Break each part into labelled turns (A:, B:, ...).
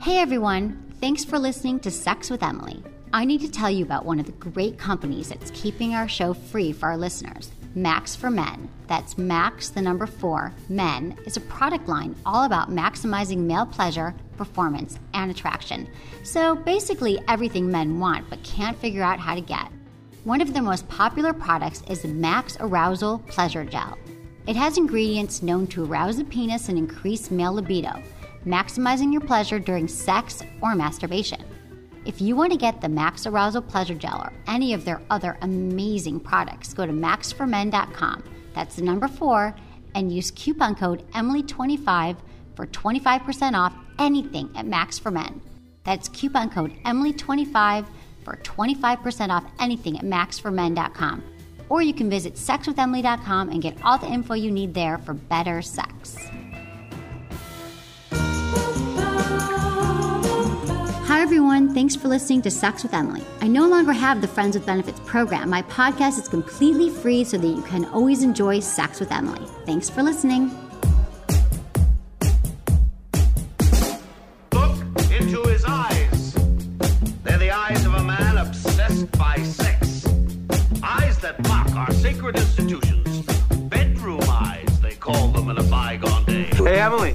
A: Hey everyone, thanks for listening to Sex with Emily. I need to tell you about one of the great companies that's keeping our show free for our listeners Max for Men. That's Max, the number four, Men is a product line all about maximizing male pleasure, performance, and attraction. So basically, everything men want but can't figure out how to get. One of their most popular products is the Max Arousal Pleasure Gel. It has ingredients known to arouse the penis and increase male libido, maximizing your pleasure during sex or masturbation. If you want to get the Max Arousal Pleasure Gel or any of their other amazing products, go to maxformen.com. That's the number four, and use coupon code Emily25 for 25% off anything at Max for Men. That's coupon code Emily25 for 25% off anything at maxformen.com. Or you can visit sexwithemily.com and get all the info you need there for better sex. Hi, everyone. Thanks for listening to Sex with Emily. I no longer have the Friends with Benefits program. My podcast is completely free so that you can always enjoy Sex with Emily. Thanks for listening.
B: Look into his eyes. They're the eyes of a man obsessed by sex. Eyes that mock our sacred institutions. Bedroom eyes, they call them in a bygone day.
C: Hey, Emily,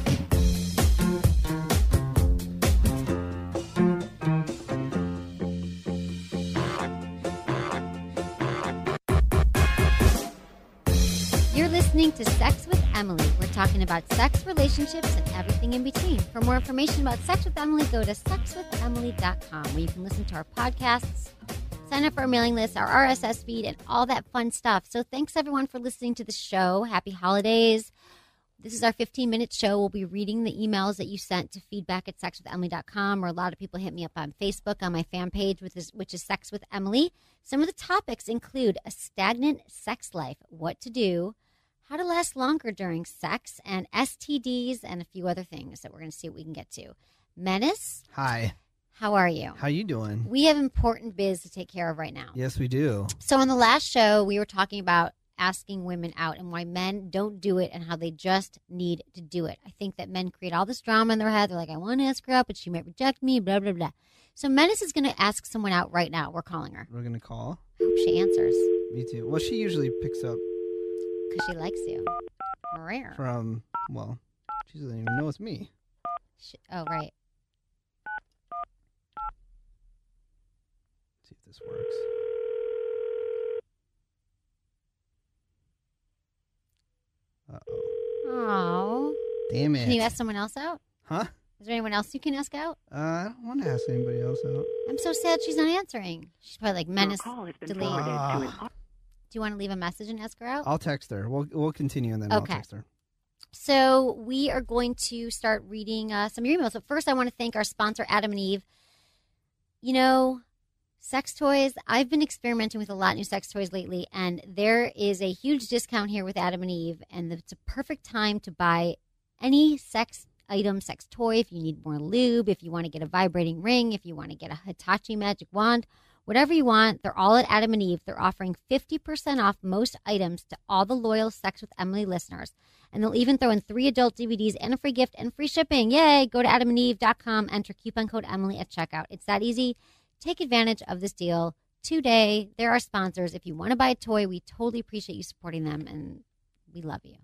A: You're listening to Sex with Emily. We're talking about sex, relationships, and everything in between. For more information about Sex with Emily, go to sexwithemily.com where you can listen to our podcasts, sign up for our mailing list, our RSS feed, and all that fun stuff. So thanks everyone for listening to the show. Happy holidays. This is our 15 minute show. We'll be reading the emails that you sent to feedback at sexwithemily.com, or a lot of people hit me up on Facebook on my fan page, which is, which is Sex with Emily. Some of the topics include a stagnant sex life, what to do, how to last longer during sex, and STDs, and a few other things that we're going to see what we can get to. Menace,
D: Hi,
A: how are you?
D: how you doing?
A: We have important biz to take care of right now.
D: Yes, we do.
A: So on the last show, we were talking about asking women out and why men don't do it and how they just need to do it. I think that men create all this drama in their head. They're like, I want to ask her out, but she might reject me, blah, blah, blah. So Menace is going to ask someone out right now. We're calling her.
D: We're gonna call.
A: I hope she answers
D: Me too. Well, she usually picks up
A: because she likes you. Rare.
D: from. Well, she doesn't even know it's me.
A: She- oh, right.
D: see if this works. Uh oh.
A: Oh.
D: Damn it.
A: Can you ask someone else out?
D: huh?
A: Is there anyone else you can ask out?
D: Uh, I don't want to ask anybody else out.
A: I'm so sad she's not answering. She's probably like, Menace, delete.
D: Ah,
A: Do you want to leave a message and ask her out?
D: I'll text her. We'll we'll continue and then I'll
A: Okay.
D: text her.
A: So we are going to start reading uh, some of your emails. But first, I want to thank our sponsor, Adam and Eve. You know, sex toys. I've been experimenting with a lot of new sex toys lately, and there is a huge discount here with Adam and Eve, and it's a perfect time to buy any sex item, sex toy. If you need more lube, if you want to get a vibrating ring, if you want to get a Hitachi magic wand. Whatever you want, they're all at Adam and Eve. They're offering 50% off most items to all the loyal Sex with Emily listeners. And they'll even throw in three adult DVDs and a free gift and free shipping. Yay! Go to adamandeve.com, enter coupon code Emily at checkout. It's that easy. Take advantage of this deal today. They're our sponsors. If you want to buy a toy, we totally appreciate you supporting them and we love you.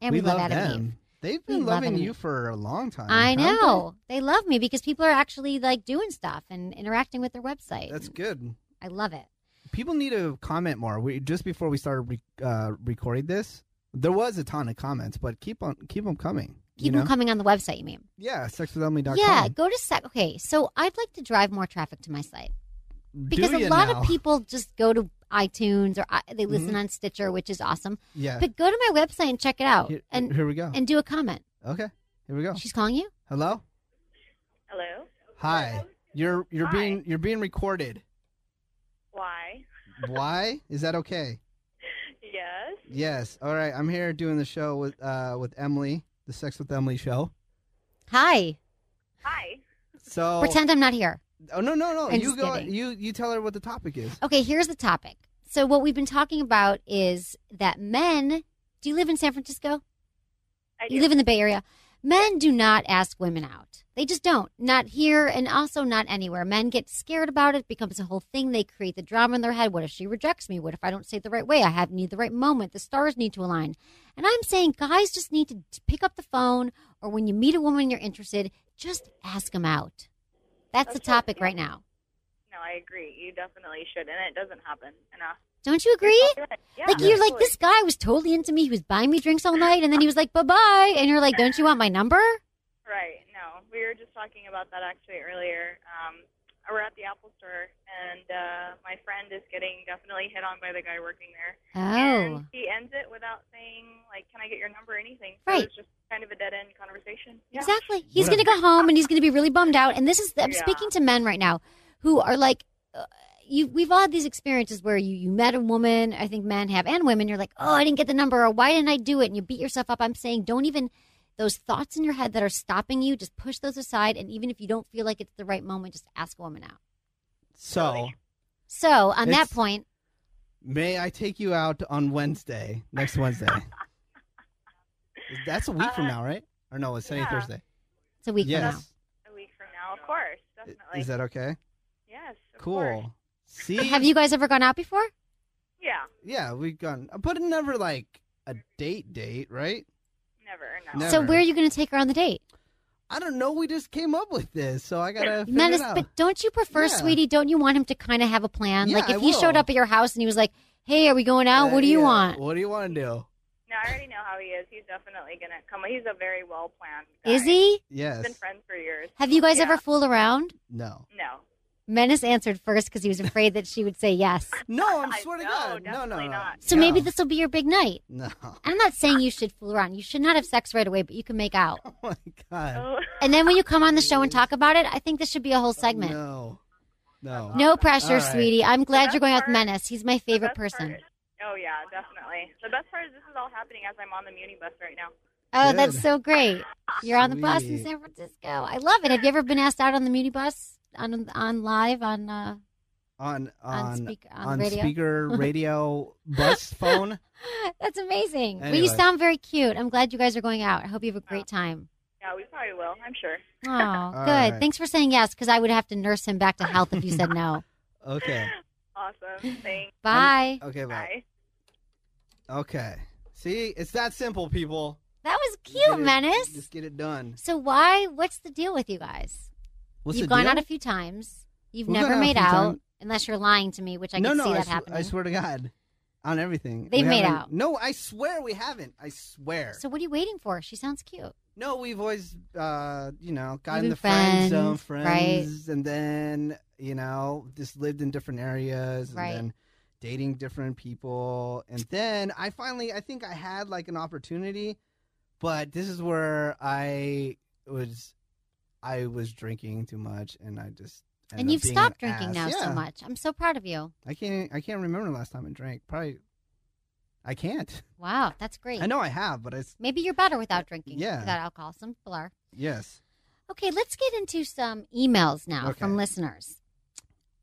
A: And we, love, Adam and Eve.
D: them. They've been
A: We love
D: loving
A: Adam
D: you
A: Eve.
D: for a long time.
A: I
D: haven't they?
A: know. They love me because people are actually like doing stuff and interacting with their website.
D: That's good.
A: I love it.
D: People need to comment more. We just before we started re- uh, recording this, there was a ton of comments, but keep on keep them coming.
A: Keep
D: you
A: them
D: know?
A: coming on the website, you mean?
D: Yeah, sexwithemily.com.
A: Yeah, go to sec. Okay, so I'd like to drive more traffic to my site
D: Do
A: because a
D: ya
A: lot
D: now?
A: of people just go to iTunes or I, they listen
D: Mhm.
A: on Stitcher, which is awesome.
D: Yeah.
A: But go to my website and check it out
D: Here,
A: and
D: here Oh. we go.
A: and do a comment.
D: okay. Here we go.
A: She's calling you.
D: Hello.
E: Hello?
D: Hi. You're you're
E: Hi.
D: being you're being recorded.
E: Why?
D: Why? Is that okay?
E: Yes.
D: Yes. All right. I'm here doing the show with uh with Emily, the Sex with Emily show.
A: Hi.
F: Hi.
D: So
A: Pretend I'm not here.
D: Oh no no no!
A: I'm
D: you
A: just
D: go.
A: kidding. Oh.
D: You you tell her what the topic is.
A: Okay, here's the topic. So what we've been talking about is that men. Do you live in San Francisco?
F: I
A: You
F: do.
A: live in the Bay Area. Men do not ask women out. They just don't. Not here and also not anywhere. Men get scared about it. It becomes a whole thing. They create the drama in their head. What if she rejects me? What if I don't say it the right way? I have need the right moment. The stars need to align. And I'm saying guys just need to t- pick up the phone or when you meet a woman you're interested, just ask them out. That's the
F: Okay,
A: topic
F: yeah.
A: right now.
F: No, I agree. You definitely should, and it doesn't happen enough.
A: Don't you agree?
F: You're right. Yeah,
A: like you're like
F: absolutely.
A: this guy was totally into me. He was buying me drinks all night, and then he was like, "Bye bye," and you're like, "Don't you want my number?"
F: Right. No, we were just talking about that actually earlier. Um, we're at the Apple Store, and uh, my friend is getting definitely hit on by the guy working there.
A: Oh,
F: And he ends it without saying, like, can I get your number or anything. So
A: Right.
F: It's just kind of a dead end conversation. Yeah.
A: exactly. He's
D: What
A: gonna
D: a-
A: go home, and he's gonna be really bummed out. And this is I'm
F: Yeah.
A: speaking to men right now who are like, uh, you. We've all had these experiences where you you met a woman. I think men have, and women. You're like, "Oh, I didn't get the number," or "Why didn't I do it?" And you beat yourself up. I'm saying, don't even those thoughts in your head that are stopping you. Just push those aside, and even if you don't feel like it's the right moment, just ask a woman out.
D: So
A: So on that
D: It's-
A: point,
D: may I take you out on Wednesday? Next Wednesday. That's a week from now, right? Or no, it's Sunday
F: yeah.
D: Thursday.
A: it's a Uh, week from now.
D: yes.
F: A week from now, of course. Definitely.
D: Is that okay?
F: yes. Of Course.
D: Cool. See,
A: Have you guys ever gone out before?
F: Yeah.
D: Yeah, we've gone, but never like a date date, right?
F: Never. No.
D: Never.
A: So where are you going to take her on the date?
D: I don't know. We just came up with this, so I gotta figure
A: Menace,
D: it out.
A: but don't you prefer,
D: Yeah.
A: sweetie? Don't you want him to kind of have a plan?
D: Yeah,
A: like if
D: I
A: he showed
D: will.
A: up at your house and he was like, "Hey, are we going out? uh, what do you
D: Yeah,
A: want?"
D: What do you want to do?
F: No, I already know how he is. He's definitely gonna come. He's a very well planned.
A: Is he?
F: He's
D: Yes.
F: been friends for years.
A: Have you guys
F: Yeah.
A: ever fooled around?
D: No.
F: No.
A: Menace answered first because he was afraid that she would say yes.
D: No, I'm
F: I-
D: swear to
F: no,
D: God. No, no,
F: definitely
D: no.
F: not.
A: So
D: No.
A: maybe this will be your big night.
D: No.
A: And I'm not saying you should fool around. You should not have sex right away, but you can make out.
D: Oh my God.
F: Oh,
A: And then when you come on the show and talk about it, I think this should be a whole segment. No,
D: No. No.
A: pressure,
D: All right.
A: sweetie. I'm glad
F: best
A: you're going out with
F: part-
A: Menace. He's my
F: the
A: favorite
F: best
A: person.
F: part- oh yeah, definitely. The best part is this is all happening as I'm on the Muni bus right now.
A: Oh,
D: Good.
A: that's so great. You're on the bus in
D: Sweet.
A: San Francisco. I love it. Have you ever been asked out on the Muni bus on on live on uh,
D: On
A: on,
D: on
A: speak on, radio?
D: speaker radio bus phone.
A: That's amazing. Well, you
D: Anyway.
A: sound very cute. I'm glad you guys are going out. I hope you have a great time.
F: Yeah, we probably will. I'm sure.
A: Oh, good.
D: right.
A: Thanks for saying yes because I would have to nurse him back to health if you said no.
D: Okay.
F: Awesome. Thanks.
A: Bye.
D: Okay. Bye.
F: Bye.
D: Okay. See, it's that simple, people.
A: That was
D: Just
A: cute,
D: get it-
A: Menace.
D: Just get it done.
A: So why? What's the deal with you guys?
D: What's
A: You've
D: the
A: gone
D: deal?
A: out a few times. You've
D: We've
A: never
D: gone out a
A: made
D: few
A: out
D: times.
A: unless you're lying to me, which I
D: no,
A: can
D: no,
A: see
D: I,
A: that
D: sw-
A: happening.
D: I swear to God, on everything.
A: They've
D: We
A: made
D: haven't-
A: out.
D: No, I swear we haven't. I swear.
A: So what are you waiting for? She sounds cute.
D: no, we've always, uh, you know, gotten
A: been
D: the friend zone,
A: friends, right.
D: friends, and then you know, just lived in different areas, and
A: Right.
D: then dating different people, and then I finally, I think I had like an opportunity, but this is where I was, I was drinking too much, and I just. ended
A: And
D: up
A: you've
D: being
A: stopped
D: an
A: drinking now
D: ass.
A: so
D: Yeah.
A: much. I'm so proud of you.
D: I can't. I can't remember the last time I drank. Probably. I can't.
A: Wow, that's great.
D: I know I have, but it's
A: Maybe you're better without drinking,
D: Yeah.
A: without alcohol. Some people are.
D: yes.
A: Okay, let's get into some emails now
D: Okay.
A: from listeners.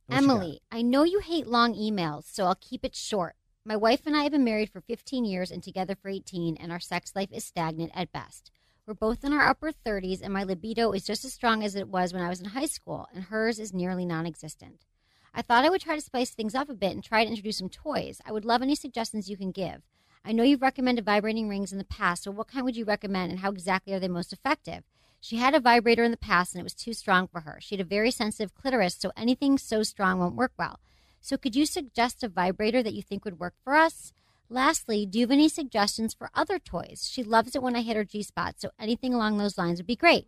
D: What you got?
A: Emily, I know you hate long emails, so I'll keep it short. My wife and I have been married for 15 years and together for 18, and our sex life is stagnant at best. We're both in our upper 30s, and my libido is just as strong as it was when I was in high school, and hers is nearly non existent. I thought I would try to spice things up a bit and try to introduce some toys. I would love any suggestions you can give. I know you've recommended vibrating rings in the past, so what kind would you recommend and how exactly are they most effective? She had a vibrator in the past and it was too strong for her. She had a very sensitive clitoris, so anything so strong won't work well. So, could you suggest a vibrator that you think would work for us? Lastly, do you have any suggestions for other toys? She loves it when I hit her G spot, so anything along those lines would be great.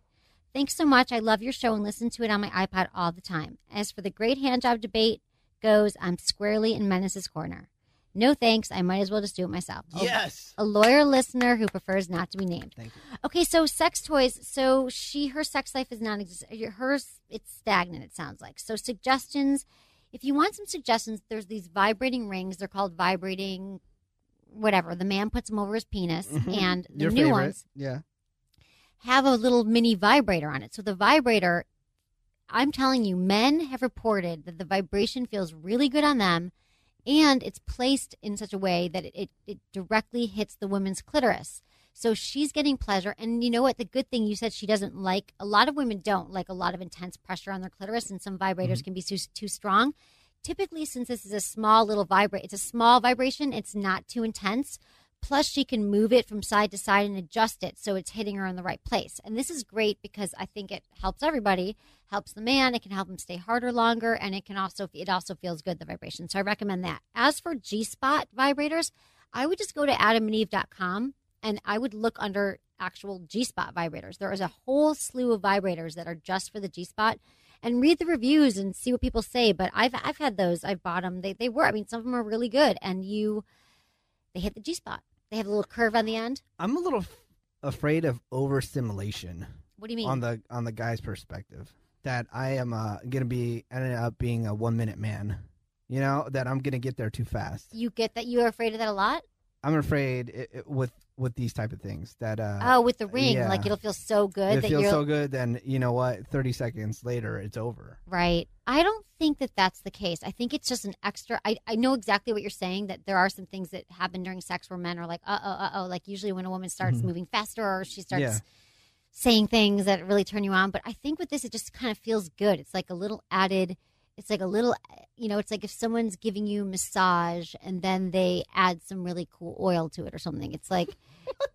A: Thanks so much. I love your show and listen to it on my iPod all the time. As for the great hand job debate goes, I'm squarely in Menace's corner. No thanks. I might as well just do it myself. A-
D: Yes.
A: A lawyer listener who prefers not to be named.
D: Thank you.
A: Okay, so sex toys. So she, her sex life is non-existent. Hers, it's stagnant. It sounds like. So suggestions. If you want some suggestions, there's these vibrating rings. They're called vibrating whatever. The man puts them over his penis, and the
D: Mm-hmm. Your
A: new
D: favorite.
A: ones
D: Yeah.
A: have a little mini vibrator on it. So the vibrator, I'm telling you, men have reported that the vibration feels really good on them, and it's placed in such a way that it, it, it directly hits the woman's clitoris. So she's getting pleasure. And you know what? The good thing you said she doesn't like, a lot of women don't like a lot of intense pressure on their clitoris, and some vibrators can be too, too strong. Typically, since this is a small little vibrate, it's a small vibration, it's not too intense. Plus, she can move it from side to side and adjust it so it's hitting her in the right place. And this is great because I think it helps everybody, helps the man, it can help him stay harder longer, and it can also it also feels good the vibration. So I recommend that. As for G spot vibrators, I would just go to adamandeve.com and I would look under actual G spot vibrators. There is a whole slew of vibrators that are just for the G spot. And read the reviews and see what people say. But I've I've had those. I've bought them. They they were. I mean, some of them are really good. And you, they hit the G spot. They have a little curve on the end.
D: I'm a little f- afraid of overstimulation
A: What do you mean?
D: on the on the guy's perspective. That I am uh, gonna be ended up being a one minute man. You know that I'm gonna get there too fast.
A: you get that? You're afraid of that a lot?
D: I'm afraid it, it- with with these type of things that uh,
A: oh, with the ring,
D: yeah.
A: like it'll feel so good
D: it
A: that
D: feels
A: you're
D: so good. Then you know what? Thirty seconds later, it's over.
A: right. I don't think that that's the case. I think it's just an extra. I I know exactly what you're saying. That there are some things that happen during sex where men are like, uh oh, uh oh. Like usually when a woman starts
D: Mhm.
A: moving faster or she starts.
D: Yeah.
A: Saying things that really turn you on, but I think with this, it just kind of feels good. It's like a little added, it's like a little, you know, it's like if someone's giving you massage and then they add some really cool oil to it or something. It's like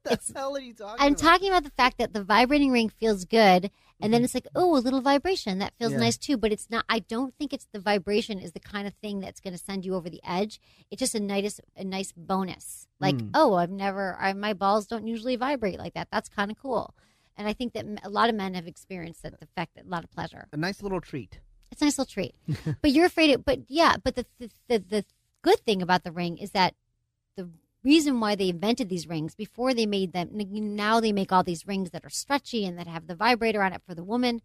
A: It's-
D: hell are you talking
A: I'm talking about the fact that the vibrating ring feels good, and then it's like, oh, a little vibration that feels
D: Mm-hmm. Yeah.
A: nice too. But it's not. I don't think it's the vibration is the kind of thing that's going to send you over the edge. It's just a nice, a nice bonus. Like,
D: Mm.
A: oh, I've never, I, my balls don't usually vibrate like that. That's kind of cool. And I think that m- a lot of men have experienced that the fact that a lot of pleasure.
D: A nice little treat.
A: It's a nice little treat. but you're afraid it. But yeah. But the the, the the good thing about the ring is that the reason why they invented these rings before they made them now they make all these rings that are stretchy and that have the vibrator on it for the woman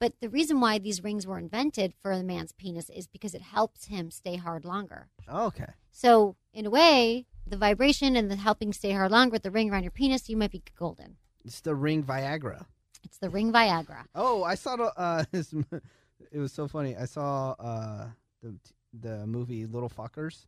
A: but the reason why these rings were invented for the man's penis is because it helps him stay hard longer
D: Okay.
A: so in a way the vibration and the helping stay hard longer with the ring around your penis you might be golden
D: It's the ring Viagra.
A: it's the ring viagra
D: Oh, I saw the, uh, this, m- it was so funny. I saw uh, the the movie Little Fuckers,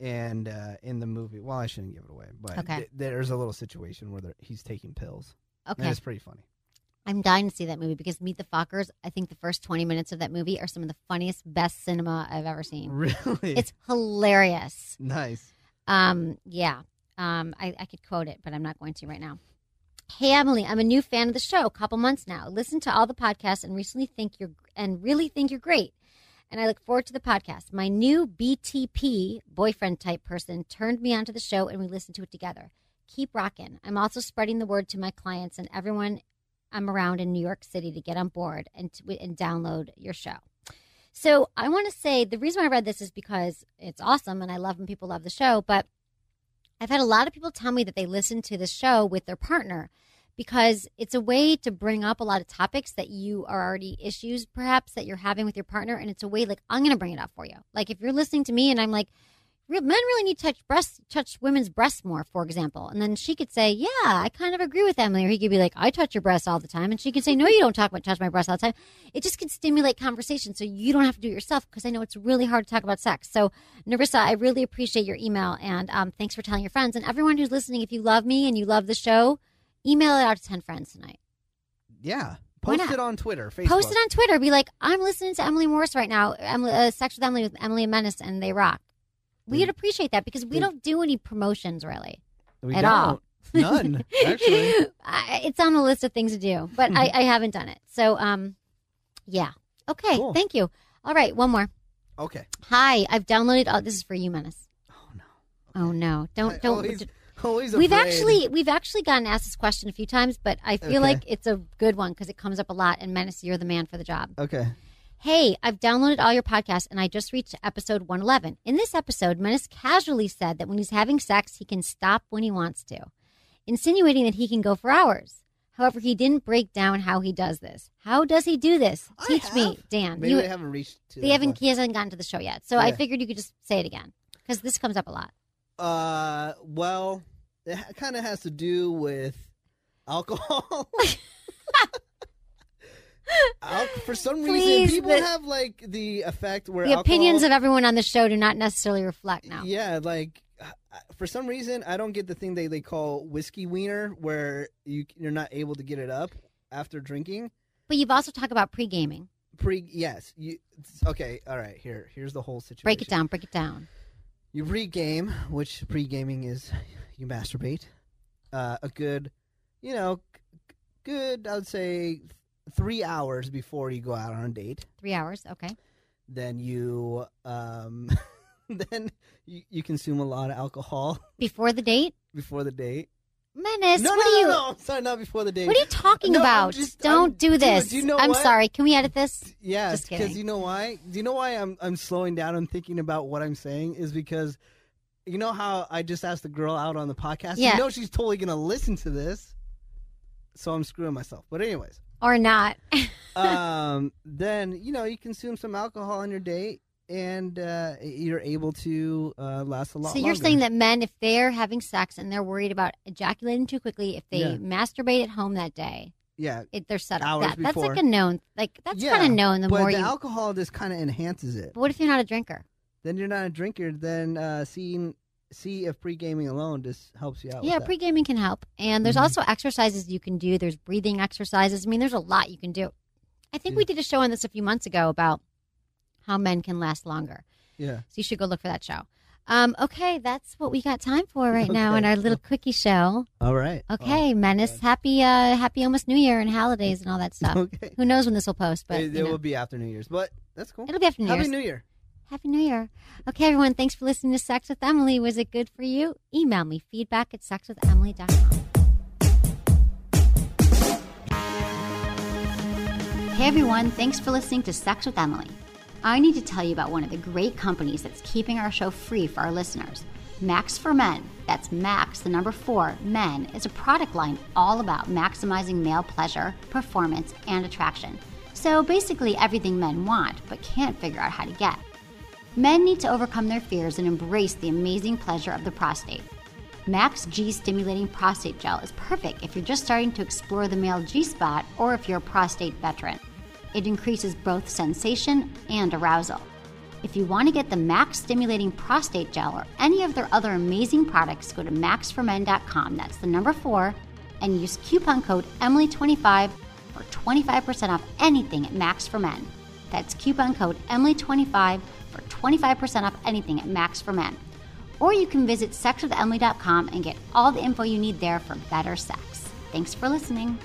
D: and uh, in the movie, well, I shouldn't give it away, but
A: Okay.
D: th- there's a little situation where they're- he's taking pills. and
A: okay
D: it's pretty funny.
A: i'm dying to see that movie because meet the fockers i think the first 20 minutes of that movie are some of the funniest best cinema i've ever seen
D: Really,
A: it's hilarious
D: nice.
A: Um, yeah. Um, I, I could quote it, but I'm not going to right now. Hey Emily, I'm a new fan of the show. A couple months now. Listen to all the podcasts and recently think you're and really think you're great. And I look forward to the podcast. My new BTP boyfriend type person turned me onto the show, and we listened to it together. Keep rockin'. I'm also spreading the word to my clients and everyone I'm around in New York City to get on board and to, and download your show. So I want to say the reason why I read this is because it's awesome and I love when people love the show, but I've had a lot of people tell me that they listen to the show with their partner because it's a way to bring up a lot of topics that you are already issues perhaps that you're having with your partner and it's a way like I'm going to bring it up for you. Like if you're listening to me and I'm like "Real- men really need to touch breasts touch women's breasts more for example and then she could say yeah i kind of agree with emily or he could be like i touch your breasts all the time and she could say no you don't talk about touch my breasts all the time it just can stimulate conversation so you don't have to do it yourself because i know it's really hard to talk about sex so narissa i really appreciate your email and um, thanks for telling your friends and everyone who's listening if you love me and you love the show email it out to 10 friends tonight
D: Yeah,
A: Why
D: post
A: not?
D: it on Twitter, Facebook.
A: Post it on Twitter. Be like, I'm listening to Emily Morris right now. Emily, uh, Sex with Emily with Emily and Menace, and they rock. We'd appreciate that because we
D: Mm.
A: don't do any promotions really.
D: We
A: at all.
D: don't. None actually.
A: I, it's on the list of things to do, but I,
D: Mm-hmm.
A: I haven't done it. So, um, yeah. Okay.
D: Cool.
A: Thank you. All right. One more.
D: Okay.
A: Hi. I've downloaded. Oh, this is for you, Menace. Oh no. Oh no.
D: I
A: Don't don't.
D: always- always
A: We've
D: afraid.
A: actually we've actually gotten asked this question a few times, but I feel
D: Okay.
A: like it's a good one because it comes up a lot. And Menace, you're the man for the job.
D: okay.
A: Hey, I've downloaded all your podcasts and I just reached episode 111. In this episode, Menace casually said that when he's having sex, he can stop when he wants to, insinuating that he can go for hours. However, he didn't break down how he does this. How does he do this?
D: I
A: Teach me,
D: have.
A: Dan.
D: Maybe
A: you,
D: they haven't reached. To
A: they
D: that
A: haven't-
D: point.
A: he hasn't gotten to the show yet. So I
D: Yeah.
A: figured you could just say it again because this comes up a lot.
D: Uh, well, it kind of has to do with alcohol. Al- for some
A: Please,
D: reason, people
A: the-
D: have like the effect where
A: The opinions
D: alcohol-
A: of everyone on the show do not necessarily reflect now.
D: yeah, like I- I- for some reason, I don't get the thing they they call whiskey wiener, where you you're not able to get it up after drinking.
A: But you've also talked about pre gaming.
D: Pre yes, you okay? All right, here here's the whole situation.
A: Break it down, break it down.
D: You pre-game, which pre-gaming is, you masturbate. Uh, a good, you know, g- good. I would say three hours before you go out on a date.
A: Three hours, okay.
D: Then you, um, then you, you consume a lot of alcohol
A: Before the date?
D: before the date.
A: Menace,
D: no,
A: what
D: no,
A: are
D: no,
A: you
D: no. Sorry, not before the date.
A: What are you talking
D: No, I'm
A: about?
D: just-
A: Don't
D: I'm-
A: do
D: dude,
A: this.
D: you know
A: I'm
D: what?
A: sorry. Can we edit this?
D: Yeah,
A: Just
D: because
A: kidding.
D: you know why? Do you know why I'm I'm slowing down and thinking about what I'm saying is because you know how I just asked the girl out on the podcast.
A: Yeah.
D: You know she's totally gonna listen to this, so I'm screwing myself. But anyways,
A: Or not.
D: um, then you know you consume some alcohol on your date, and uh, you're able to uh, last a lot.
A: So you're
D: longer.
A: saying that men, if they're having sex and they're worried about ejaculating too quickly, if they
D: Yeah.
A: masturbate at home that day,
D: yeah,
A: it, they're set up.
D: Hours
A: That, that's like
D: before.
A: a known. Like that's
D: Yeah,
A: kind of known. The
D: but
A: more
D: the
A: you.
D: alcohol just kind of enhances it.
A: but what if you're not a drinker?
D: Then you're not a drinker. Then uh, seeing see if pre gaming alone just helps you out. with
A: Yeah,
D: that. Mm-hmm.
A: pre gaming can help, and there's also exercises you can do. There's breathing exercises. I mean, there's a lot you can do. I think we did a show on this a few months ago about how men can last longer.
D: yeah.
A: So you should go look for that show. Um, okay, that's what we got time for right now in
D: Okay. Oh,
A: our little quickie show.
D: All right.
A: Okay, Menace, happy uh happy almost New Year and holidays and all that stuff.
D: Okay.
A: Who knows when this will post, but
D: it,
A: you
D: it
A: know.
D: will be after New Year's, but that's cool.
A: It'll be after New
D: Happy
A: Year's.
D: New Year.
A: happy New Year. Okay, everyone, thanks for listening to Sex with Emily. Was it good for you? Email me feedback at sexwithemily.com. Hey everyone, thanks for listening to Sex with Emily. I need to tell you about one of the great companies that's keeping our show free for our listeners. Max for Men, that's Max, the number four, Men, is a product line all about maximizing male pleasure, performance, and attraction. So basically, everything men want but can't figure out how to get. Men need to overcome their fears and embrace the amazing pleasure of the prostate. Max G stimulating prostate gel is perfect if you're just starting to explore the male G spot or if you're a prostate veteran. It increases both sensation and arousal. If you want to get the Max stimulating prostate gel or any of their other amazing products, go to maxformen.com. That's the number four, and use coupon code Emily25 for 25% off anything at Max for Men. That's coupon code Emily25 for 25% off anything at Max for Men. Or you can visit sexwithemily.com and get all the info you need there for better sex. Thanks for listening.